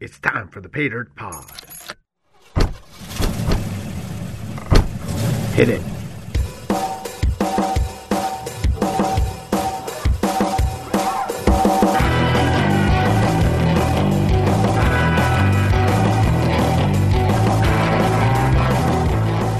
It's time for the Pay Dirt Pod. Hit it.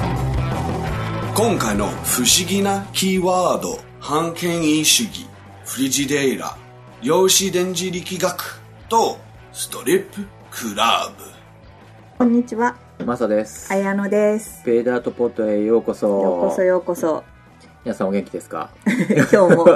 「今回の不思議なキーワード反権威主義フリジデイラ量子電磁力学とストリップクラブこんにちは、マサです。あやのです。ペイダートポットへようこそ。ようこそようこそ。 皆さんお元気ですか今日 も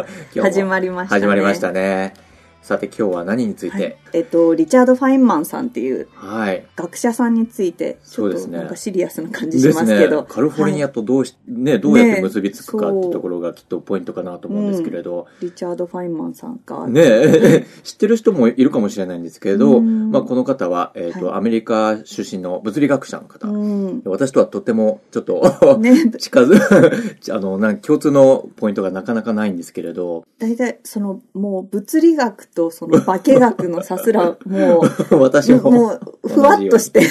始まりましたね。始まりましたね。さて今日は何についはいてえっと、リチャード・ファインマンさんっていうはい。学者さんについて、ちそょうっでとすねなんかシリアスな感じしますけど。カリフォルニアはいとどうし、ね、どうやっねえて結びつくかっそてうところがきっとポイントかなと思うんですけれど、リチャード・ファインマンさんか。ねえ、 知ってる人もいるかもしれないんですけれうど、んまあこの方は、えっ、と、はいアメリカ出身の物理学者の方。うん。私とはとてもちょっと、 ね、近づ、あ の、なんか共通のポイントがなかなかないんですけれど、大体、その、もう、物理学と、その、化学のさす ら、もう、私も。もう、ふわっと して、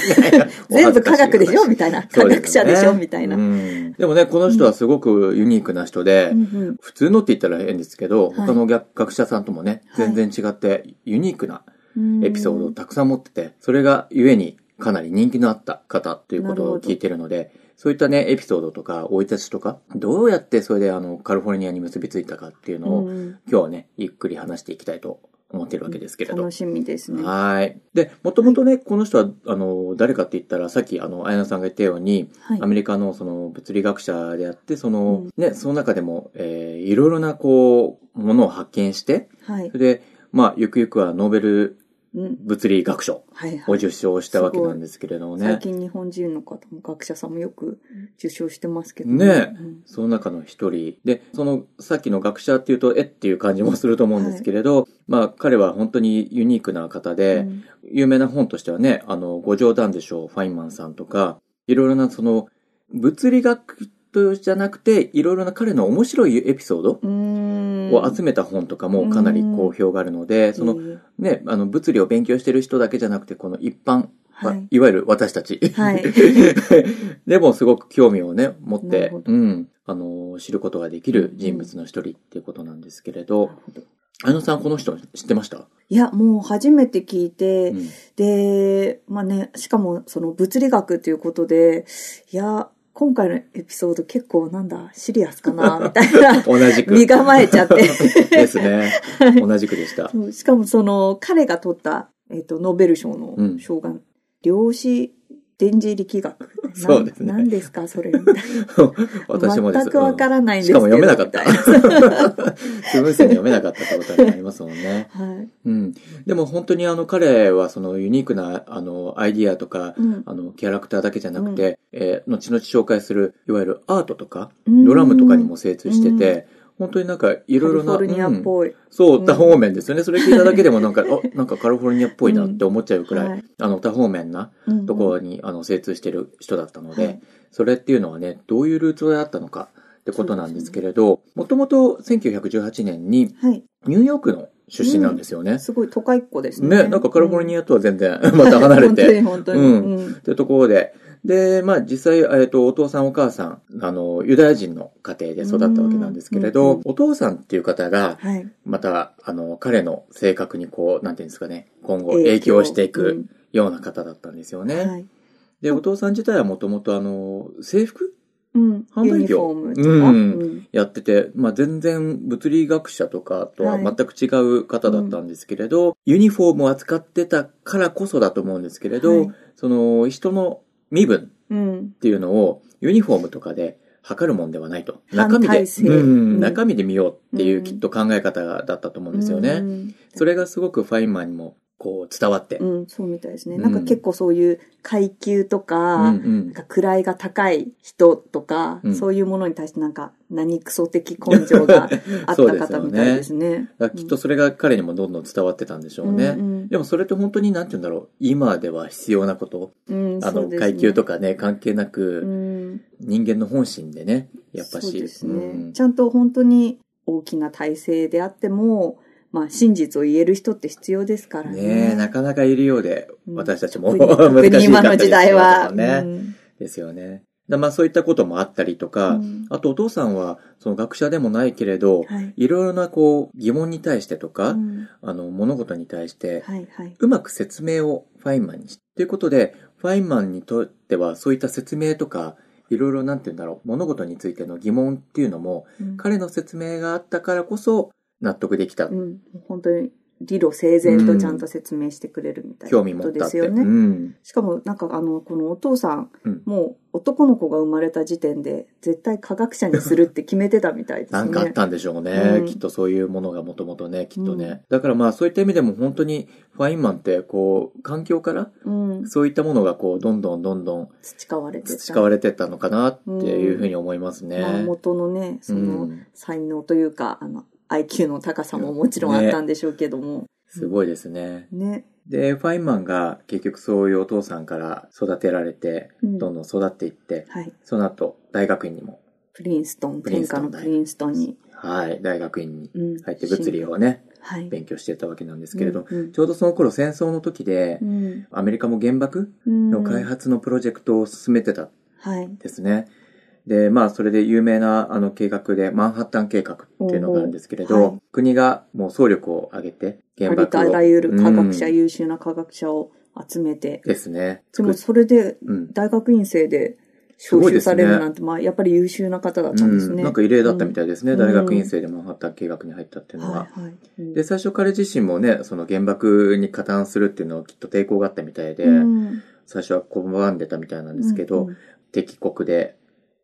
全部科学でしょみたいな。科学者でしょみたいな。そうですよねうんでもね、この人はすごくユニークな人で、うんうん普通のって言ったら変ですけど、い他の学学者さんともね、はい全然違ってユニークなうんエピソードをたくさん持ってて、それがゆえにかなり人気のあった方ということを聞いてるので、そういったね、エピソードとか、生い立ちとか、どうやってそれであの、カリフォルニアに結びついたかっていうのを、うん今日はね、ゆっくり話していきたいと思ってるわけですけれど楽。しみですね。はい。で、もともとね、この人は、あの、誰かって言ったら、さっき、あの、綾菜さんが言ったように、はいアメリカのその物理学者であって、その、うんね、その中でも、えーいろいろな、こう、ものを発見して、はいそ。れで、まあ、ゆくゆくはノーベルうん。物理学賞はいはをい。受賞したわけなんですけれどもね最。近日本人の方も学者さんもよく受賞してますけどねえうんその中の一人。で、その、さっきの学者っていうと、えっていう感じもすると思うんですけれど、まあ、彼は本当にユニークな方うで、ん有名な本としてはね、あの、ご冗談でしょう、ファインマンさんとか、いろいろなその、物理学とじゃなくて、いろいろな彼の面白いエピソードうーん。を集めた本とかもかなり好評があるので、そのいいね、あの、物理を勉強してる人だけじゃなくて、この一般、はいあいわゆる私たち。はい でもすごく興味をね、持っなるてほ、どうん、あの、知ることができる人物の一人っていうことなんですけれど、あのさんこの人知ってました、いや、もう初めて聞いて、うん、で、まあね、しかもその物理学ということで、いや、今回のエピソード結構なんだ、シリアスかな、みたいな同じく。身構えちゃって。 ですね。同じくで した。そうしかもその彼が取った、えっとノーベル賞うのん賞が、量子電磁力学 なそうですね何ですかそれみたいな 私もです。全くわからないんですしけかども読めなかった。みスムーズに読めなかったってことになりますもんね。はい、うん。でも本当にあの彼はそのユニークなあのアイディアとか、うんあのキャラクターだけじゃなくて、えー後々紹介するいわゆるアートとか、うんドラムとかにも精通してて、本当になんかいろいろな、カリフォルニアっうんぽい、そう、ん多方面ですよね。それ聞いただけでもなんか、あ、なんかカリフォルニアっぽいなって思っちゃうくらい、うんはいあの多方面なうんところに、あの精通してる人だったので、はいそれっていうのはね、どういうルーツであったのかってことなんですけれど、もともと1918年にはいニューヨークの出身なんですよね。すごい都会っ子ですねね、なんかカリフォルニアアとは全然また離れて、本当に本当に、うんうんってところで、で、まあ実際、えっ、と、お父さんお母さん、あの、ユダヤ人の家庭で育ったわけなんですけれうんうど、んうんお父さんっていう方が、はい、また、あの、彼の性格にこう、なんていうんですかね、今後影響していくような方だったんですよね。うんはいで、お父さん自体はもともとあの、制服うん、販売業ユニフォームとか、うんうんやってて、まあ、全然物理学者とかとははい全く違う方だったんですけれど、ユニフォームを扱ってたからこそだと思うんですけれど、はいその、人の身分うんっていうのをユニフォームとかで測るもんではないと。反中身で体、制うん、うん中身で見ようっていううんきっと考え方がだったと思うんですよね。うんそれがすごくファインマンにもこう伝わって。うん、そうみたいですね。うんなんか結構そういう階級とか、うんうなんんか位が高い人とか、うんそういうものに対してなんか何クソ的根性 があっそうたです方よねみたいですね。だからきっとそれが彼にもどんどん伝わってたんでしょうね。うんでもそれって本当になんて言うんだろう。今では必要なこと。うんうんあその、うですね階級とかね、関係なうく、ん、人間の本心でね、やっぱし。そうですね、うんちゃんと本当に大きな体制であっても、まあ、真実を言える人って必要ですからね。ねえ、なかなかいるようで、うん私たちも特 難しいにかった特りにしま今すの時代は。ね。うんですよね。だまあそういったこともあったりとか、うんあとお父さんはその学者でもないけれど、はい。いろいろなこう疑問に対してとか、うんあの物事に対して、はい、はい。うまく説明をファインマンにし、ということで、ファインマンにとってはそういった説明とか、いろいろなんて言うんだろう、物事についての疑問っていうのも、うん彼の説明があったからこそ納得できた、うん、本当に理路整然とちゃんと説明してくれるみたいな興味こ持とっでたっすて。よね。うん。しかもなんかあのこのお父さん、うんもう男の子が生まれた時点で絶対科学者にするって決めてたみたいですね。なんかあったんでしょうね。うんきっとそういうものがもともとね、きっとね。うんだからまあそういった意味でも本当にファインマンってこう、環境からうん、そういったものがこう、どんどんどんどん培われてた。培われてったのかなっていうふうに思いますね。まあ元のねそのん才能というか、あの IQ の高さももちろんあったんでしょうけども、すごいですね。ねで、ファインマンが結局そういうお父さんから育てられて、うんどんどん育っていって、はい、その後、大学院にも、プリンストンプリン天スト下ンの大プリンストンに、はい、大学院にうん、入って物理をね、はい勉強してたわけなんですけれど、うんちょうどその頃戦争の時でう、んアメリカも原爆うんの開発のプロジェクトを進めてたんはいですね。で、まあ、それで有名なあの計画で、マンハッタン計画っていうのがあるんですけれおうど、おうはい国がもう総力を挙げて原あり爆とを。あらゆる科学者、うん優秀な科学者を集めて、ですね。でもそれでうん。大学院生でご招いで集すさねれるなんて、まあやっぱり優秀な方だったんですね。うん、なんか異例だったみたいですね、うん大学院生でマンハッタン計画に入ったっていうのは。はいはい。うんで、最初彼自身もね、その原爆に加担するっていうのをきっと抵抗があったみたいで、うん最初は拒んでたみたいなんですけど、うんうん敵国で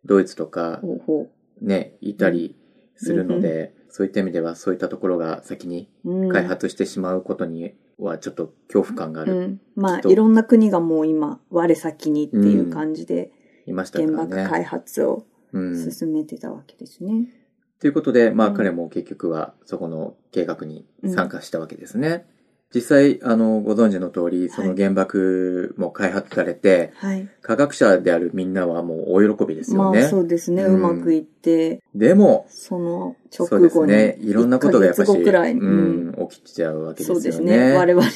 ドイツとかほうほね、いたりするので、そういった意味ではそういったところが先にううん開発してしまうことにはちょっと恐怖感があうる、ん、まきっあといろんな国がもう今我先にっていう感じでいましたか原ら爆開ね。発をうん。進めてたわけですね。ということで、まあうん彼も結局はそこの計画に参加したわけですね。実際、あの、ご存知の通り、その原爆も開発されて、はい。科学者であるみんなはもう大喜びですよまね。あそうですね、ううんまくいって、でも、その直そうです後に、ね。いろんなことがやっぱ1ヶ月り、後くらいにうん、起きちゃうわけですそようね。ですね。我々日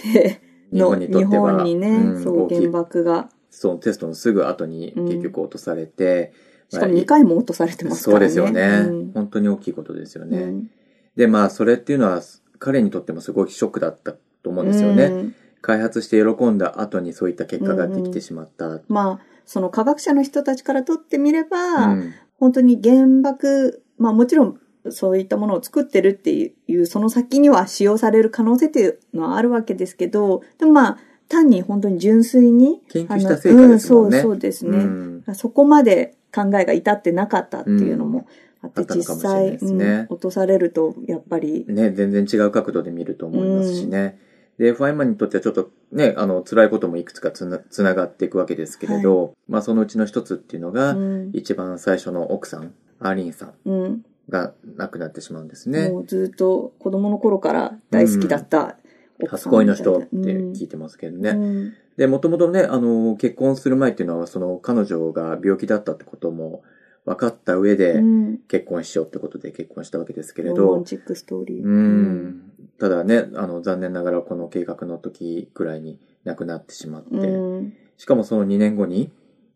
の本にと日っては、本にね、うんそう大きい原爆が、そのテストのすぐ後にうん結局落とされて、しかもまあ2回も落とされてますそかうらでね。すよね、うん本当に大きいことですよね。うんで、まあ、それっていうのは、彼にとってもすごいショックだったと思うんですよね。うん開発して喜んだ後にそういった結果ができてしまった。うんまあ、その科学者の人たちからとってみれば、本当に原爆、まあもちろんそういったものを作ってるっていう、その先には使用される可能性っていうのはあるわけですけど、でもまあ、単に本当に純粋に。研究した成果ですもんねあのうん、そう、そうですね。うんそこまで考えが至ってなかったっていうのもあって、あったの実かもしれない際、ですねうん落とされると、やっぱり、ね、全然違う角度で見ると思いますしね。で、ファイマンにとってはちょっとね、あの、辛いこともいくつかつなつながっていくわけですけれど、まあそのうちの一つっていうのうが、ん一番最初の奥さん、アーリンさんうん、が亡くなってしまうんですねも。うずっと子供の頃から大好きだった奥初さんみた恋いなの人って聞いてますけどね。うんで、もともとね、あの、結婚する前っていうのは、その彼女が病気だったってことも分かった上で、うん結婚しようってことで結婚したわけですけれロど、マンチックストーリー。ううんんただね、あの、残念ながらこの計画の時くらいに亡くなってしまって、うんしかもその2年後に、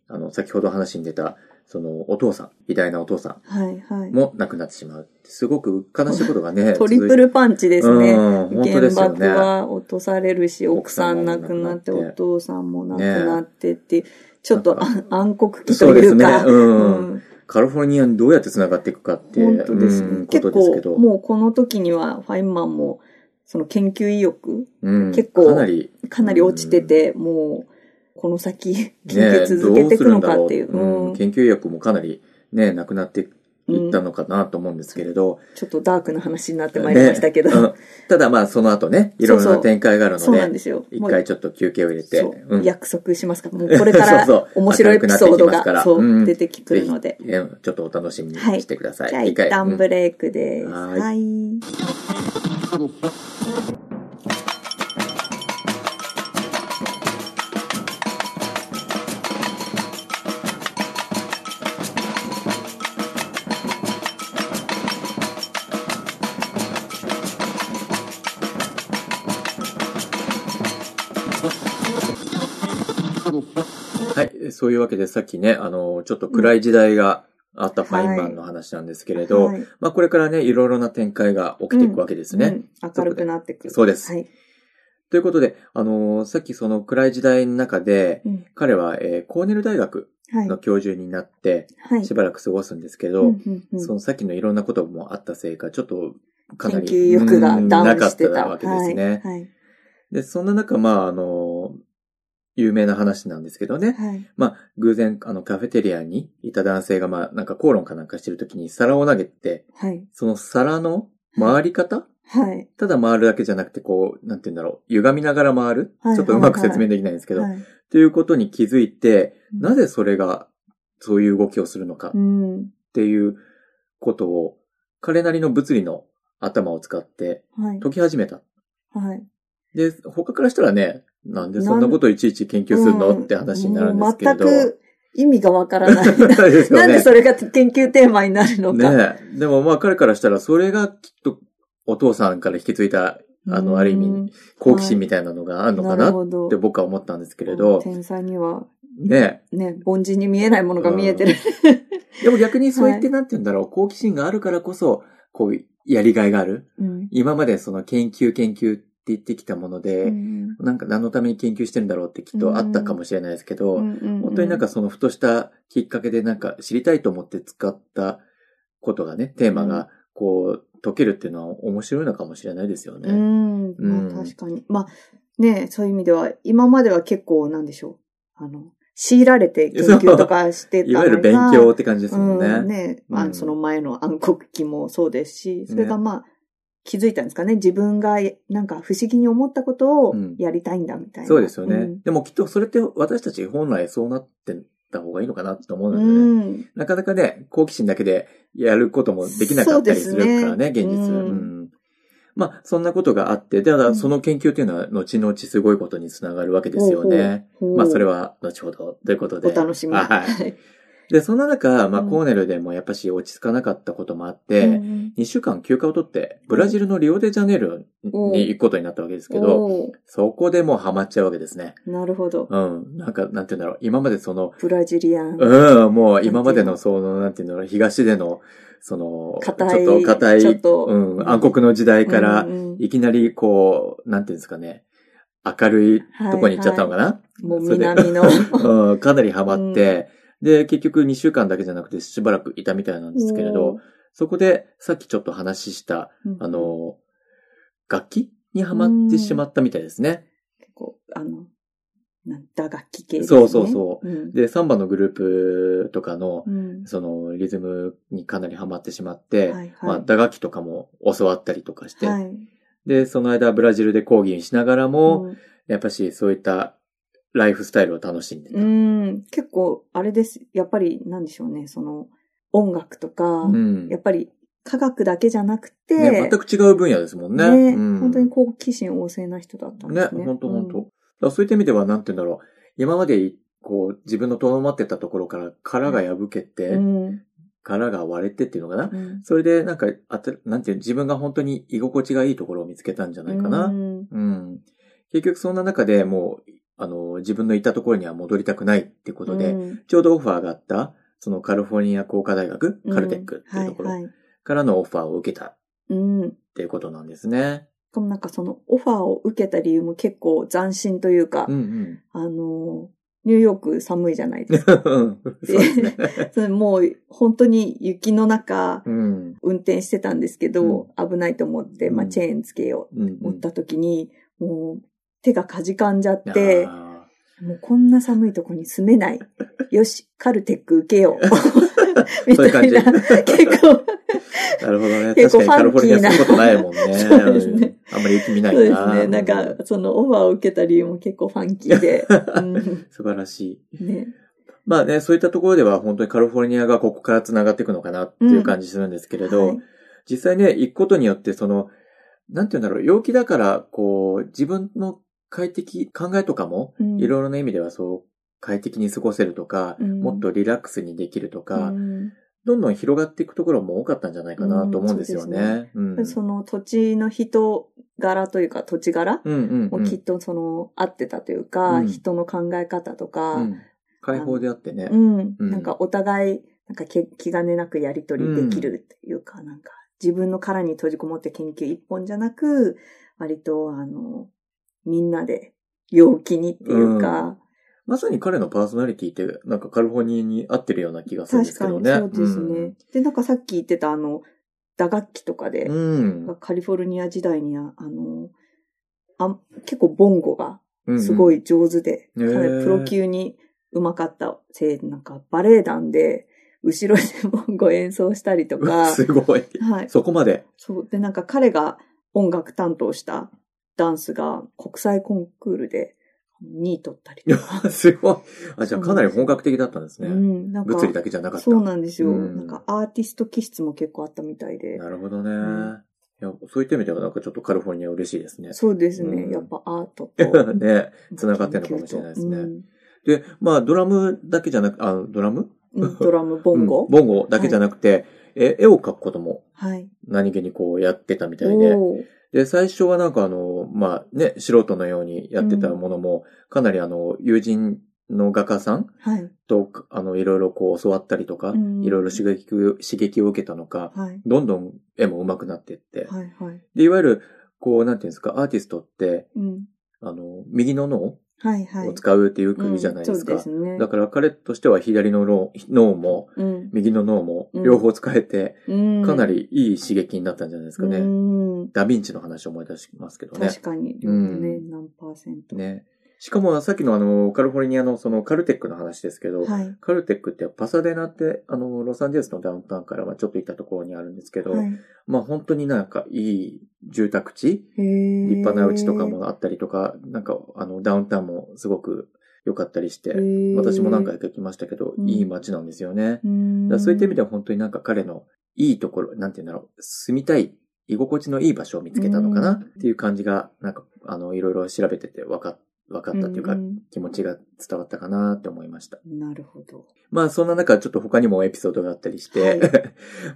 あの、先ほど話に出た、そのお父さん、偉大なお父さはいはんい。も亡くなってしまう。すごく悲しいことがね、 トリプルパンチですうね。ん、本当で原すよ爆ね。は落とされるし、奥さん奥亡さんもくなって、お亡くなって父さんも亡くなってっていう、ちょっとなあ暗黒期そとうでいすうね。か、うん。うんカリフォルニアにどうやって繋がっていくかって、本当ですうねん。こ結とですけ構、ど、もうこの時にはファインマンも、その研究意欲、うん結構かなり、かなり落ちてて、もう、この先、研ね究続けていくのかっていう。どするんだろううんうん研究力もかなり、ね、なくなっていったうんのかなと思うんですけれど、ちょっとダークな話になってまいりましたけど、ねうんただまあその後ね、いろいろそうなそう展開があるそうなのんでで、すよ。一回ちょっと休憩を入れて、そううん約束しますから、もうこれから そうそう面白いエピソード明るくなっていきますからがそううん出てきくるので。ぜひえちょっとお楽しみにはいしてください。じゃあ一旦ブレイクです。うんははいい。えそういうわけでさっきね、あの、ちょっと暗い時代があったファインマンの話なんですけれど、はいまあこれからね、いろいろな展開が起きていくわけですね。うん明るくなってくる。そうですはい。ということで、あの、さっきその暗い時代の中で、うん彼は、えーコーネル大学はい。の教授になって、はい。しばらく過ごすんですけど、うんうんうんそのさっきのいろんなこともあったせいか、ちょっとかな研究り欲がダうんなウンかっしてた。わけですね。はい。はいで、そんな中、まあ、あの、有名な話なんですけどね。はい。まあ、偶然、あの、カフェテリアにいた男性が、まあ、なんか口論かなんかしてる時に皿を投げて、はい。その皿の回り方はい。ただ回るだけじゃなくて、こう、なんて言うんだろう、歪みながら回る、はいちょっとうまく説明できないんですけど、はいっていうことに気づいて、うんなぜそれが、そういう動きをするのかっうん。ていうことを、彼なりの物理の頭を使ってはい。解き始めた。はい。で、他からしたらね、なんでそんなことをいちいち研究するのうんって話になるんですけれど。もう全く意味がわからない。 ですよなんねでそれが研究テーマになるのか。ねえ。でもまあ彼からしたらそれがきっとお父さんから引き継いだ、あうの、んある意味、好奇心みたいなのがあるのかなるっほどて僕は思ったんですけれど、天才には、ねね、凡人に見えないものが見えてる。え。でも逆にそう言ってはなんて言うんだろう、好奇心があるからこそ、こう、やりがいがある。うん今までその研究研究って言ってきたもので、うんなんか何のために研究してるんだろうってきっとあったかもしれないですけど、うんうんうん本当になんかそのふとしたきっかけでなんか知りたいと思って使ったことがね、テーマうんがこう解けるっていうのは面白いのかもしれないですよね。うん、まあうん確かに。まあね、そういう意味では、今までは結構なんでしょう。あの、強いられて研究とかしてたいのわがゆる勉強って感じですもんね。うん、ね、まうあ、んその前の暗黒期もそうですし、それがまあ、気づいたんですかね。自分がなんか不思議に思ったことをうんやりたいんだみたいな。そうですよね、うんでもきっとそれって私たち本来そうなってた方がいいのかなと思うので、ねうん。なかなかね、好奇心だけでやることもできなかったりするからね、そうで現すね実、うんうんまあ、そんなことがあって、たうだんその研究というのは後々すごいことにつながるわけですよね。ほうほう。まあ、それは。は後ほどということで。お楽しみ。は い。で、そんな中、まあ、うんコーネルでもやっぱし落ち着かなかったこともあっうて、ん2週間休暇を取って、ブラジルのリオデジャネイロに行くことになったわけですけど、おーそこでもうハマっちゃうわけですね。なるほど。うん。なんか、なんて言うんだろう。今までその、ブラジリアン。うん、もう今までのその、なんていうの、東での、その、硬いちょっと硬い、ちょっとうん、暗黒の時代からうん、うんいきなりこう、なんていうんですかね、明るいとこに行っちゃったのかな、もうそれ で南の。うん、かなりハマって、で、結局2週間だけじゃなくてしばらくいたみたいなんですけれど、そこでさっきちょっと話した、 うん、あの、楽器にハマってしまったみたいですね。結構、あの、なん打楽器系ですね。。そうそうそううん、で、サンバのグループとかのう、ん、そのリズムにかなりハマってしまっはて、いはいまあ、打楽器とかも教わったりとかして、はい。で、その間ブラジルで講義しながらも、うんやっぱしそういったライフスタイルを楽しんでた。うん、結構、あれです。やっぱり、なんでしょうね、その、音楽とか、うんやっぱり、科学だけじゃなくて、ね、全く違う分野ですもんね。ねうん本当に好奇心旺盛な人だったんでね、すね。本当本当。うだんからそういった意味では、なんて言うんだろう。今まで、こう、自分のとどまってたところから殻が破けて、うん殻が割れてっていうのかな。うんそれで、なんか、あた、なんていう、自分が本当に居心地がいいところを見つけたんじゃないかな。うんうん。結局そんな中でもう、あの、自分のいたところには戻りたくないってことで、うんちょうどオファーがあった、そのカリフォルニア工科大学、うんカルテックっていうとこはろいはいからのオファーを受けたっうん。していうことなんですね。かもなんかそのオファーを受けた理由も結構斬新というか、うんうん。 あの、ニューヨーク寒いじゃないですか。そうで すね。それもう本当に雪の中うん。運転してたんですけど、危ないと思って、まあうんチェーンつけようん、う、持った時に、もう手がかじかんじゃっあーて、もうこんな寒いとこに住め ない。よし、カルテック受けよ う。みそういうた感いじな。結構、なるほどね。確結か構にカリフォルニアファンキーなすることないもん ね。そうですねうんあんまり雪見なそいうな。ですね。なんか、そのオファーを受けた理由も結構ファンキー で。うん素晴らしい。ね、まあね、そういったところでは本当にカリフォルニアがここから繋がっていくのかなっていう感じするんですけれど、はい実際ね、行くことによってその、なんて言うんだろう、陽気だから、こう、自分の快適、考えとかも、うんいろいろな意味ではそう、快適に過ごせるとか、うんもっとリラックスにできるとか、うんどんどん広がっていくところも多かったんじゃないかなと思うんですよね。うん。その土地の人柄というか土地柄うんうんうん。もきっとその合ってたというか、うん人の考え方とか、うん解放であってね。うん。うんなんかお互い、なんかけ気兼ねなくやり取りできるっていうか、なんか自分の殻に閉じこもって研究一本じゃなく、割と、あの、みんなで陽気にっていうか、まさに彼のパーソナリティって、なんかカルフォルニアに合ってるような気がするんで確すけかどにね。そうですね。で、なんかさっき言ってたあの、打楽器とかで、うん。カリフォルニア時代には、あの、あ結構ボンゴがうん。すご。い上手で、うんうんかなりへープロ級にうまかったせいで、なんかバレエ団で、後ろでボンゴ演奏したりとうわか、すごい。はい。そこまで。そう。で、なんか彼が音楽担当したダンスが国際コンクールで2位取ったりいやとか。 すごい。あ、じゃあかなり本格的だったんですうね。ん、なんか物理だけじゃなかった。そうなんですよ。うんなんかアーティスト気質も結構あったみたいで。なるほどね。んいや、そういった意味ではなんかちょっとカルフォルニア嬉しいですね。そうですね。うんやっぱアートと。 ね。繋がってるのかもしれないですねうんで、まあドラムだけじゃなく、あ、ドラムうんドラム、ボンゴうん、ボンゴだけじゃなくて、え、絵を描くこともはい。何気にこうやってたみたいで。おーで、最初はなんかあの、まあね、素人のようにやってたものも、かなりあの、友人の画家さんはい。と、あの、いろいろこう教わったりとか、うんいろいろ刺激を、刺激を受けたのか、はい。どんどん絵も上手くなっていって、はい。はい。で、いわゆる、こう、なんていうんですか、アーティストって、うん。あの、右の脳はい。はい。を使うってよくう言うんじゃないですそか。うですね。だから彼としては左の脳脳も、うん。右の脳も、うん両方使えて、うんかなりいい刺激になったんじゃないですかね。うん。ダヴィンチの話を思い出しますけどね。確かに。ううんん。ね、何パーセント。ね。しかも、さっきのあの、カルフォルニアのそのカルテックの話ですけど、はい。カルテックってパサデナって、あの、ロサンゼルスのダウンタウンからはちょっと行ったところにあるんですけど、はい。まあ本当になんかいい住宅地立立派な家とかもあったりとか、なんかあのダウンタウンもすごく良かったりして、私も何回か行きましたけど、うんいい街なんですよね。だかからそういった意味ではは本当になんか彼のいいところ、なんて言うんだろう、住みたい、居心地のいい場所を見つけたのかなうんっていう感じが、なんかあのいろいろ調べてて分か分かったっていうか、気持ちが伝わったかなって思いました。なるほど。まあそんな中ちょっと他にもエピソードがあったりして、はい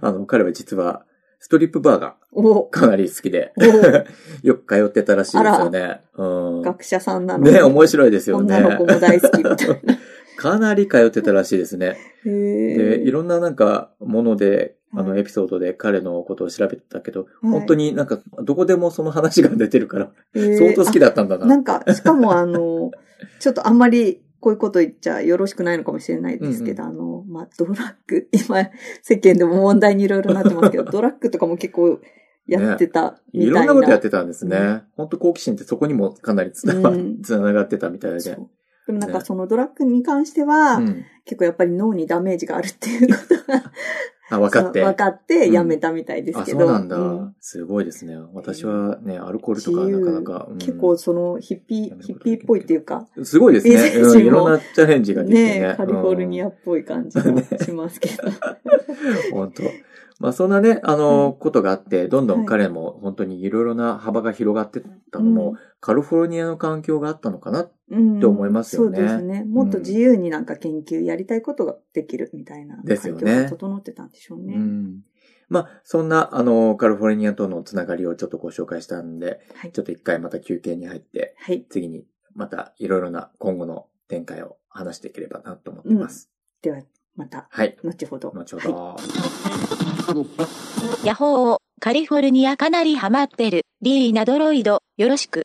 あの彼は実はストリップバーがおかなり好きで、 よく通ってたらしいですよね。うん。学者さんなのにね、面白いですよね。女の子も大好きみたい な。かなり通ってたらしいですね。へで、いーろんななんかもので、あのはいエピソードで彼のことを調べてたけど、はい本当になんかどこでもその話が出てるから、へー相当好きだったんだあなな。んか、しかもあの、ちょっとあんまりこういうこと言っちゃよろしくないのかもしれないですけど、あの、まあ、ドラッグ、 今、世間でも問題にいろいろなってますけど、ドラッグとかも結構やってたみいたいな。ろんなことやってたんですうね。本当好奇心ってそこにもかなり伝わ、うんつながってたみたいそで。うでもなんかねそのドラッグに関しては、うん。結構やっぱり脳にダメージがあるっていうことがあ、分かって。分かってやめたみたいですあ、けそど。うなんだ、うんすごいですね。私はね、アルコールとかなかなか。うん結構そのヒッピやめー、ヒるッことピできないーっぽいっていうか、すごいですね。いいですうよん、いろんなチャレンジができてね。ねえカリフォルニアっぽい感じがします けど。うん本当。まあそんなね、あの、ことがあって、どんどはんい彼も本当にいろいろな幅が広がってったのも、うんカリフォルニアの環境があったのかな。うんって思いますよねそうですね。もっと自由になんか研究やりたいことができるみたいなで環すよ境ねが整ってたんでしょううね。ん。まあ、そんな、あの、カリフォルニアとのつながりをちょっとご紹介したんで、はいちょ。っと一回また休憩に入って、はい。次にまたいろいろな今後の展開を話していければなと思ってます。では、また、はい。後ほど。後ほはいど。ヤッホーカリフォルニアかなりハマってる。リーナドロイド、よろしく。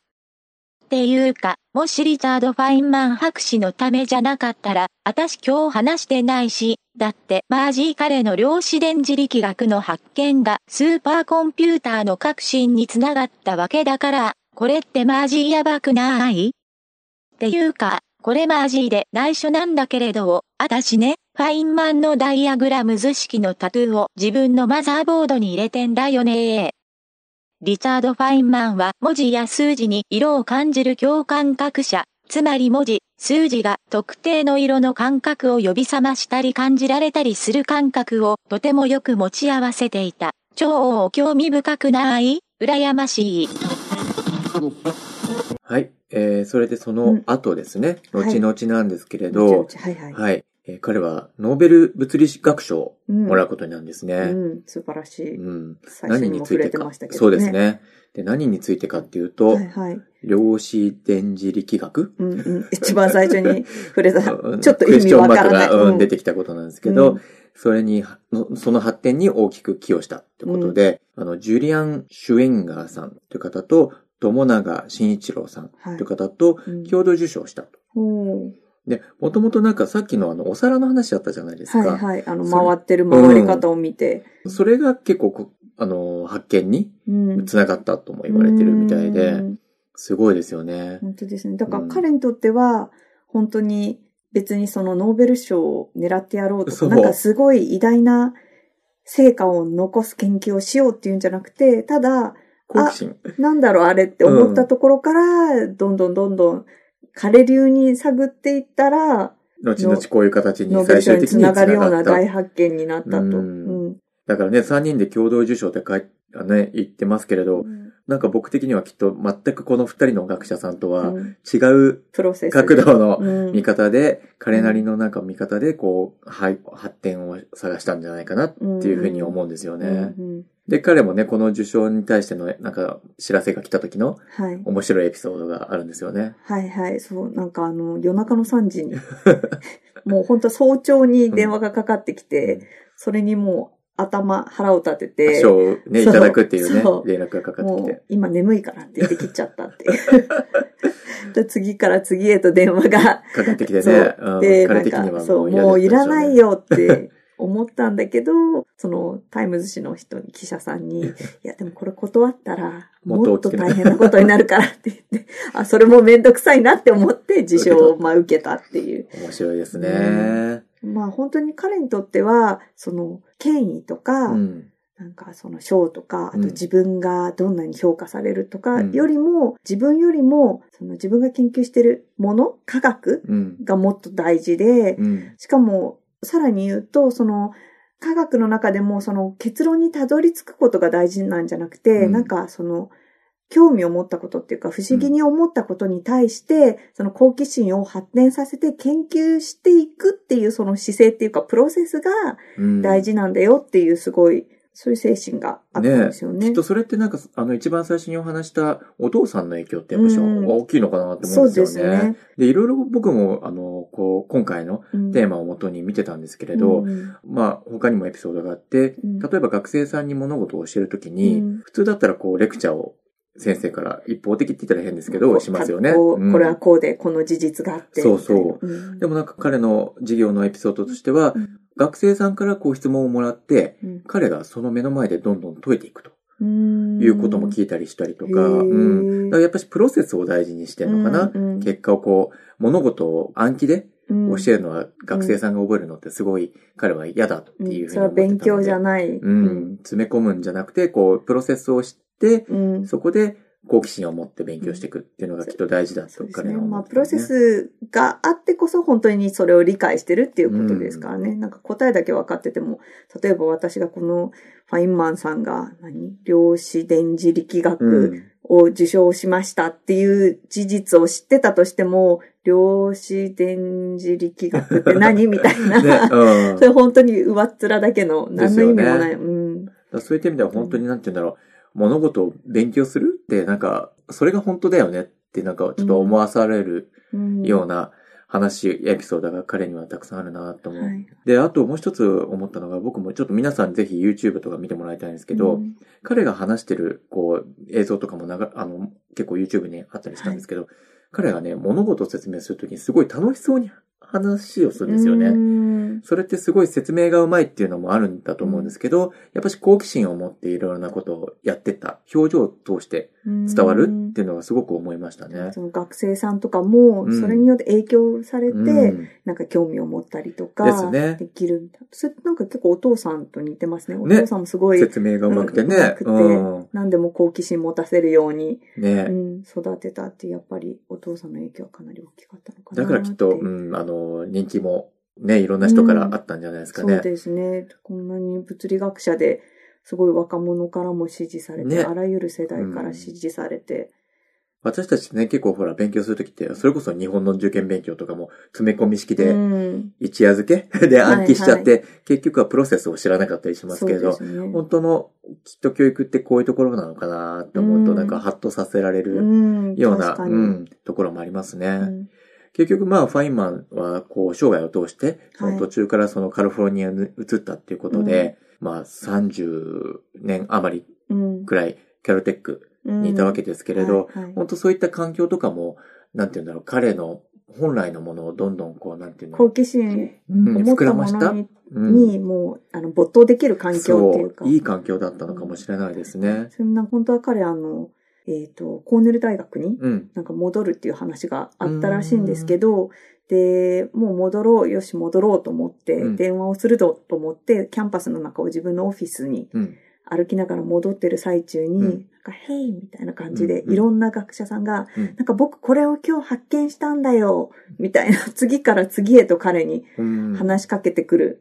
っていうか、もしリチャード・ファインマン博士のためじゃなかったら、私今日話してないし、だってマージー彼の量子電磁力学の発見がスーパーコンピューターの革新につながったわけだから、これってマージーやばくないっていうか、これマージーで内緒なんだけれど、あたしね、ファインマンのダイアグラム図式のタトゥーを自分のマザーボードに入れてんだよねリチャード・ファインマンは文字や数字に色を感じる共感覚者、つまり文字、数字が特定の色の感覚を呼び覚ましたり感じられたりする感覚をとてもよく持ち合わせていた。超興味深くない羨ましい。はい。えー、それでその後ですね、うんはい後々なんですけれ後ど々、はいはい。はい。えー彼はノーベル物理学賞をうんもらうことになるんですね。うん、素晴らしい。うん最初何ににもつ触いてれてかましたけどね。そうです。ね。で、何についてかっていうと、はいはい。量子電磁力学うんうん。一番最初に触れた、 ち うんょっとク意エス味チョわンマかークらない。が、うん、出ててきたことなんですけど、うんそれに、のその発展に大きく寄与したってことで、あの、ジュリアン・シュエンガーさんという方と、友永慎一郎さんという方と、うん共同受賞したと。おーで、もともとなんかさっきのあの、お皿の話だったじゃないですか。はいはい。あの、それ回ってる回り方を見て。それが結構こ、あの、発見にうん。つながったとも言われてるみたいで、うんすごいですよね。本当ですね。だかうらん彼にとっては、本当に別にそのノーベル賞を狙ってやろうとそか、うなんかすごい偉大な成果を残す研究をしようっていうんじゃなくて、ただ、好奇心。なんだろうあれって思ったところから、どんどんどんどん彼流に探っていったら、後々こういう形ノにーベル最賞に終的つになつがるようなながっ大た。発見になったと。ううんん。だからね、3人で共同受賞って書いあのね、言ってますけれど、なんか僕的にはきっと全くこの2人の学者さんとはうん違うプロセスで。角度のうん見方で、彼なりのなんか見方で、こう、はい、発展を探したんじゃないかなっていうふうに思うんですようんね。うんで、彼もね、この受賞に対してのなんか知らせが来た時のはい。面白いエピソードがあるんですよね。はいはい、そう、なんかあの、夜中の3時に、 もう本当早朝に電話がかかってきて、それにもう頭、腹を立てて、賞をね、いそうただくっていうねそ、う連絡がかかってもきてう。今眠いからって言って切っちゃったっていう。 で次から次へと電話が、かかってきてそねう。うん、で、な彼ん的にか、はそもう、うもういらでしょなねいよって思ったんだけど、 そのタイムズ紙の人に、記者さ んに、いや、でもこれ断ったら、ももっっと大きとくなる大変なことになるからって言って、 あ、それもめんどくさいなって思って、受賞をまあ受けたっていう。面白いですね。まあ本当に彼にとっては、その権威とか、うん。なんかその賞とか、あとうん自分がどんなに評価されるとかうんよりも、自分よりも、その自分が研究してるもの、科学うん。がもっと大事で、うん。しかも、さらに言うと、その、科学の中でもその結論にたどり着くことが大事なんじゃなくて、うんなんかその、興味を持ったことっていうか、不思議に思ったことに対して、その好奇心を発展させて研究していくっていうその姿勢っていうか、プロセスがうん大事なんだよっていうすごい、そういう精神があったんですよね。きっとそれってなんか、あの、一番最初にお話したお父さんの影響ってやっぱしうん大きいのかなって思そううんでですすよね。ね。で、いろいろ僕も、あの、こう、今回のテーママをもとに見てたんですけれど、うんまあ、他にもエピソードがあって、うん例えば学生さんに物事を教えるときに、うん普通だったらこう、レクチャーを先生から一方的って言ったら変ですけど、しますよね。こううんこれはこうで、この事実があって。そうそうみたいな。うんでもなんか彼の授業のエピソードとしては、うん学生さんからこう質問をもらって、うん彼がその目の前でどんどん解いていくといいうことも聞いたりしたりとか、うん。だからやっぱりプロセスを大事にしてるのかな。うんうん結果をこう、物事を暗記で教ええるのは学生さんが覚えるのってすごい彼は嫌だっていうふうそれはに思ってたの勉で。強じゃない。うん。詰め込むんじゃなくて、こう、プロセスを知って、うん。そこで好奇心を持って勉強していくっていうのがきっと大事だそとうです彼ね。は思まあ、ってプたロねセスがあってこそ本当にそれを理解してるっていうことですからね。なんか答えだけ分かってても、例えば私がこのファインマンさんが何量子電磁力う学んを受賞しましたっていう事実を知ってたとしても、量子電磁力学って 何みたいな。ね、う ん。それ本当に上っ面だけの何の意味もですない。ようん。だからそういった意味では本当になんて言うんだろう、物事を勉強するって、なんか、それが本当だよねって、なんかちょっと思わされるうんような話、エピソードが彼にはたくさんあるなと思う。はいで、あともう一つ思ったのが、僕もちょっと皆さんぜひ YouTube とか見てもらいたいんですけど、うん彼が話してる、こう、映像とかもながあの、結構 YouTube にあったりしたんですけど、彼がね、物事を説明するときにすごい楽しそうに話をするんですよね。うんそれってすごい説明がうまいっていうのもあるんだと思うんですけど、やっぱし好奇心を持っていろいろなことをやってた、表情を通して伝わるっていうのはすごく思いましたね。その学生さんとかもう、んそれによって影響されて、うんなんか興味を持ったりとか、ですねできるみたいな。それってなんか結構お父さんと似てますね。おね父さんもすごい、説明がうまくてうん上ね手。くてうん何でも好奇心持たせるように、うねん、育てたって、やっぱりお父さんの影響はかなり大きかったのかなだからきっと、てうん、あの、人気もね、いろんな人からあったんじゃないですかそうね。ですね。こんなに物理学者で、すごい若者からも支持されて、ねあらゆる世代かうんら支持されて、私たちね、結構ほら、勉強するときって、それこそ日本の受験勉強とかも、詰め込み式で、うん、一夜漬け で暗記しちゃって、は結局はプロセスを知らなかったりしますけど、そうですね本当のきっと教育ってこういうところなのかなって思うと、うんなんかハッとさせられるんような、確かうにん、ところもありますね。うん結局まあ、ファインマンはこう、生涯を通して、そはのい途中からそのカリフォルニアに移ったっていうことで、まあ、30年余りうんくらい、キャルテックにいたわけですけれど、はいはい本当そういった環境とかも、なんて言うんだろう、彼の本来のものをどんどんこう、なんていうの、好奇心うんを持ったものに,、うんもうあの没頭できる環境っていうかそういい環境だったのかもしれないですね。それもなんか本当は彼あの、えっとコーネル大学にうん。なんか戻るっていう話があったらしいんですけど、で、もう戻ろう、よし戻ろうと思って、うん電話をするぞと思って、キャンパスの中を自分のオフィスにうん。歩きながら戻ってる最中に、うんなんか、ヘイみたいな感じで、うんうんいろんな学者さんが、うんなんか僕これを今日発見したんだよ、みたいな、 次から次へと彼にうん。話しかけてくる。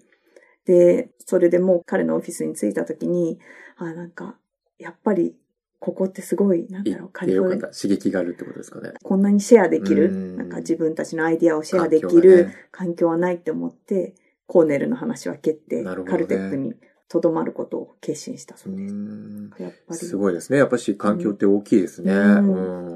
で、それでもう彼のオフィスに着いた時に、あ、なんか、やっぱり、ここってすごい、なんだろう、行ってよかった。刺激があるってことですかね。こんなにシェアできうる、んなんか自分たちのアイディアをシェアでき環境がるね環境はないって思って、コーネルの話は蹴って、なるほどねカルテックにとどまることを決心したそううです。ん。やっぱり。すごいですね。やっぱし環境って大きいですね。ううん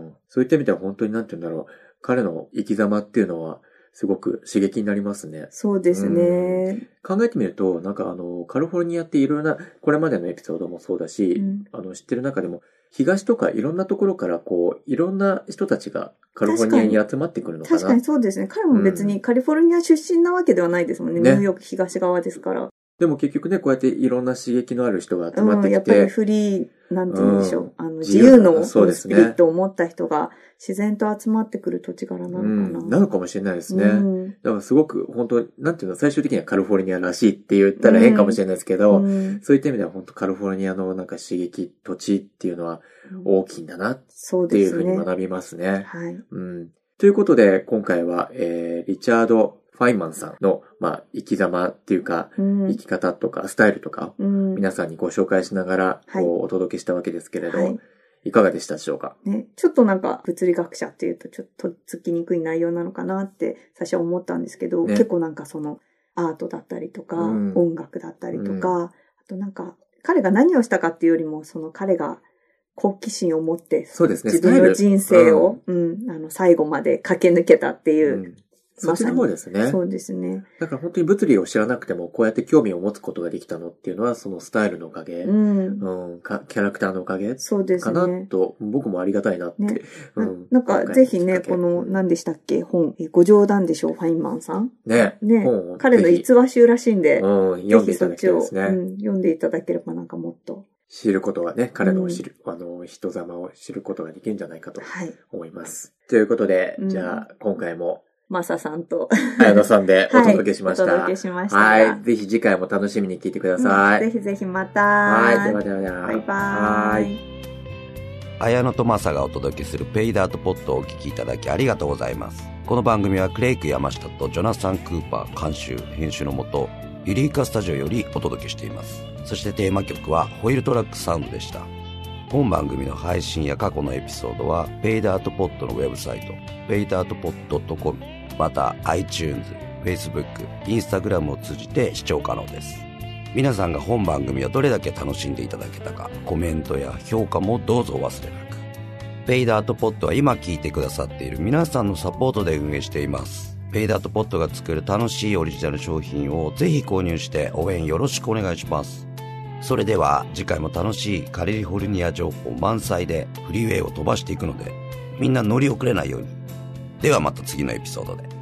ん。そういった意味では本当になんて言うんだろう。彼の生き様っていうのは、すごく刺激になりますね。そうですね。考えてみると、なんかあの、カリフォルニアっていろいろな、これまでのエピソードもそうだし、うんあの、知ってる中でも、東とかいろんなところから、こう、いろんな人たちがカリフォルニアに集まってくるのかな。確かにそうですね。彼も別にカリフォルニア出身なわけではないですもんね。ねニューヨーク東側ですから。でも結局ね、こうやっていろんな刺激のある人が集まっうてん、やっきぱりて、フリー、なんて言うんでしょう。うんあの、自自由由なのそうですスねピリットを持った人が自然と集まってくる土地柄なうのかな。ん、なのかもしれないですね。うんだからすごく、本当なんていうの、最終的にはカリフォルニアらしいって言ったら変かもしれないですけど、うんそういった意味では本当カリフォルニアのなんか刺激、土地っていうのは大きいんだなっそうてでいうふすうにね。学びますね。はい。うん。ということで、今回は、えー、リチャード・ファインマンさんの、まあ、生き様っていうか、うん生き方とか、スタイルとか、うん皆さんにご紹介しながら、はいこう、お届けしたわけですけれど、はいい、かがでしたでしょうかね、ちょっとなんか物理学者っていうとちょっとつきにくい内容なのかなって最初は思ったんですけど、ね結構なんかそのアートだったりとか、うん音楽だったりとか、うあとなんか彼が何をしたかっていうよりもその彼が好奇心を持ってそうですね、自分のスタイル人生を、、うんあの最後まで駆け抜けたってういんうう、んそっちの方ですね。そうですね。だから本当に物理を知らなくても、こうやって興味を持つことができたのっていうのは、そのスタイルのおかげ、ううんん、かキャラクターのおかげそうですかなね。と、僕もありがたいなって。ねうななんかぜひね、このね何でしたっけ、本、えご冗談でしょう、ファインマンさん。ねね本を彼のぜひ逸話集らしいんで、うん、ぜ読んでひいそたっだきちたいを、ですね。うん、読んでいただければなんかもっと。知ることがね、彼の知る、あの、人様を知ることができるんじゃないかとはい。思います。ということで、うんじゃあ、今回も、マサさんと綾野さんでお届けしまし た。はい、お届けしました。はい。ぜひ次回も楽しみに聞いてください。うんぜひぜひまた。はい。ではではでは。バイバはーいイ。綾野とマサがお届けするペイダートポッドをお聞きいただきありがとうございます。この番組はクレイク山下とジョナサン・クーパー監修、編集のもと、ユリーカスタジオよりお届けしています。そしてテーマ曲はホイールトラックサウンドでした。本番組の配信や過去のエピソードは、ペイダートポッドのウェブサイト、ペイダートポッド .com、また iTunes、Facebook、Instagram を通じて視聴可能です。皆さんが本番組をどれだけ楽しんでいただけたかコメントや評価もどうぞお忘れなくペイダートポットは今聞いてくださっている皆さんのサポートで運営していますペイダートポットが作る楽しいオリジナル商品をぜひ購入して応援よろしくお願いしますそれでは次回も楽しいカリフォルニア情報満載でフリーウェイを飛ばしていくのでみんな乗り遅れないようにではまた次のエピソードで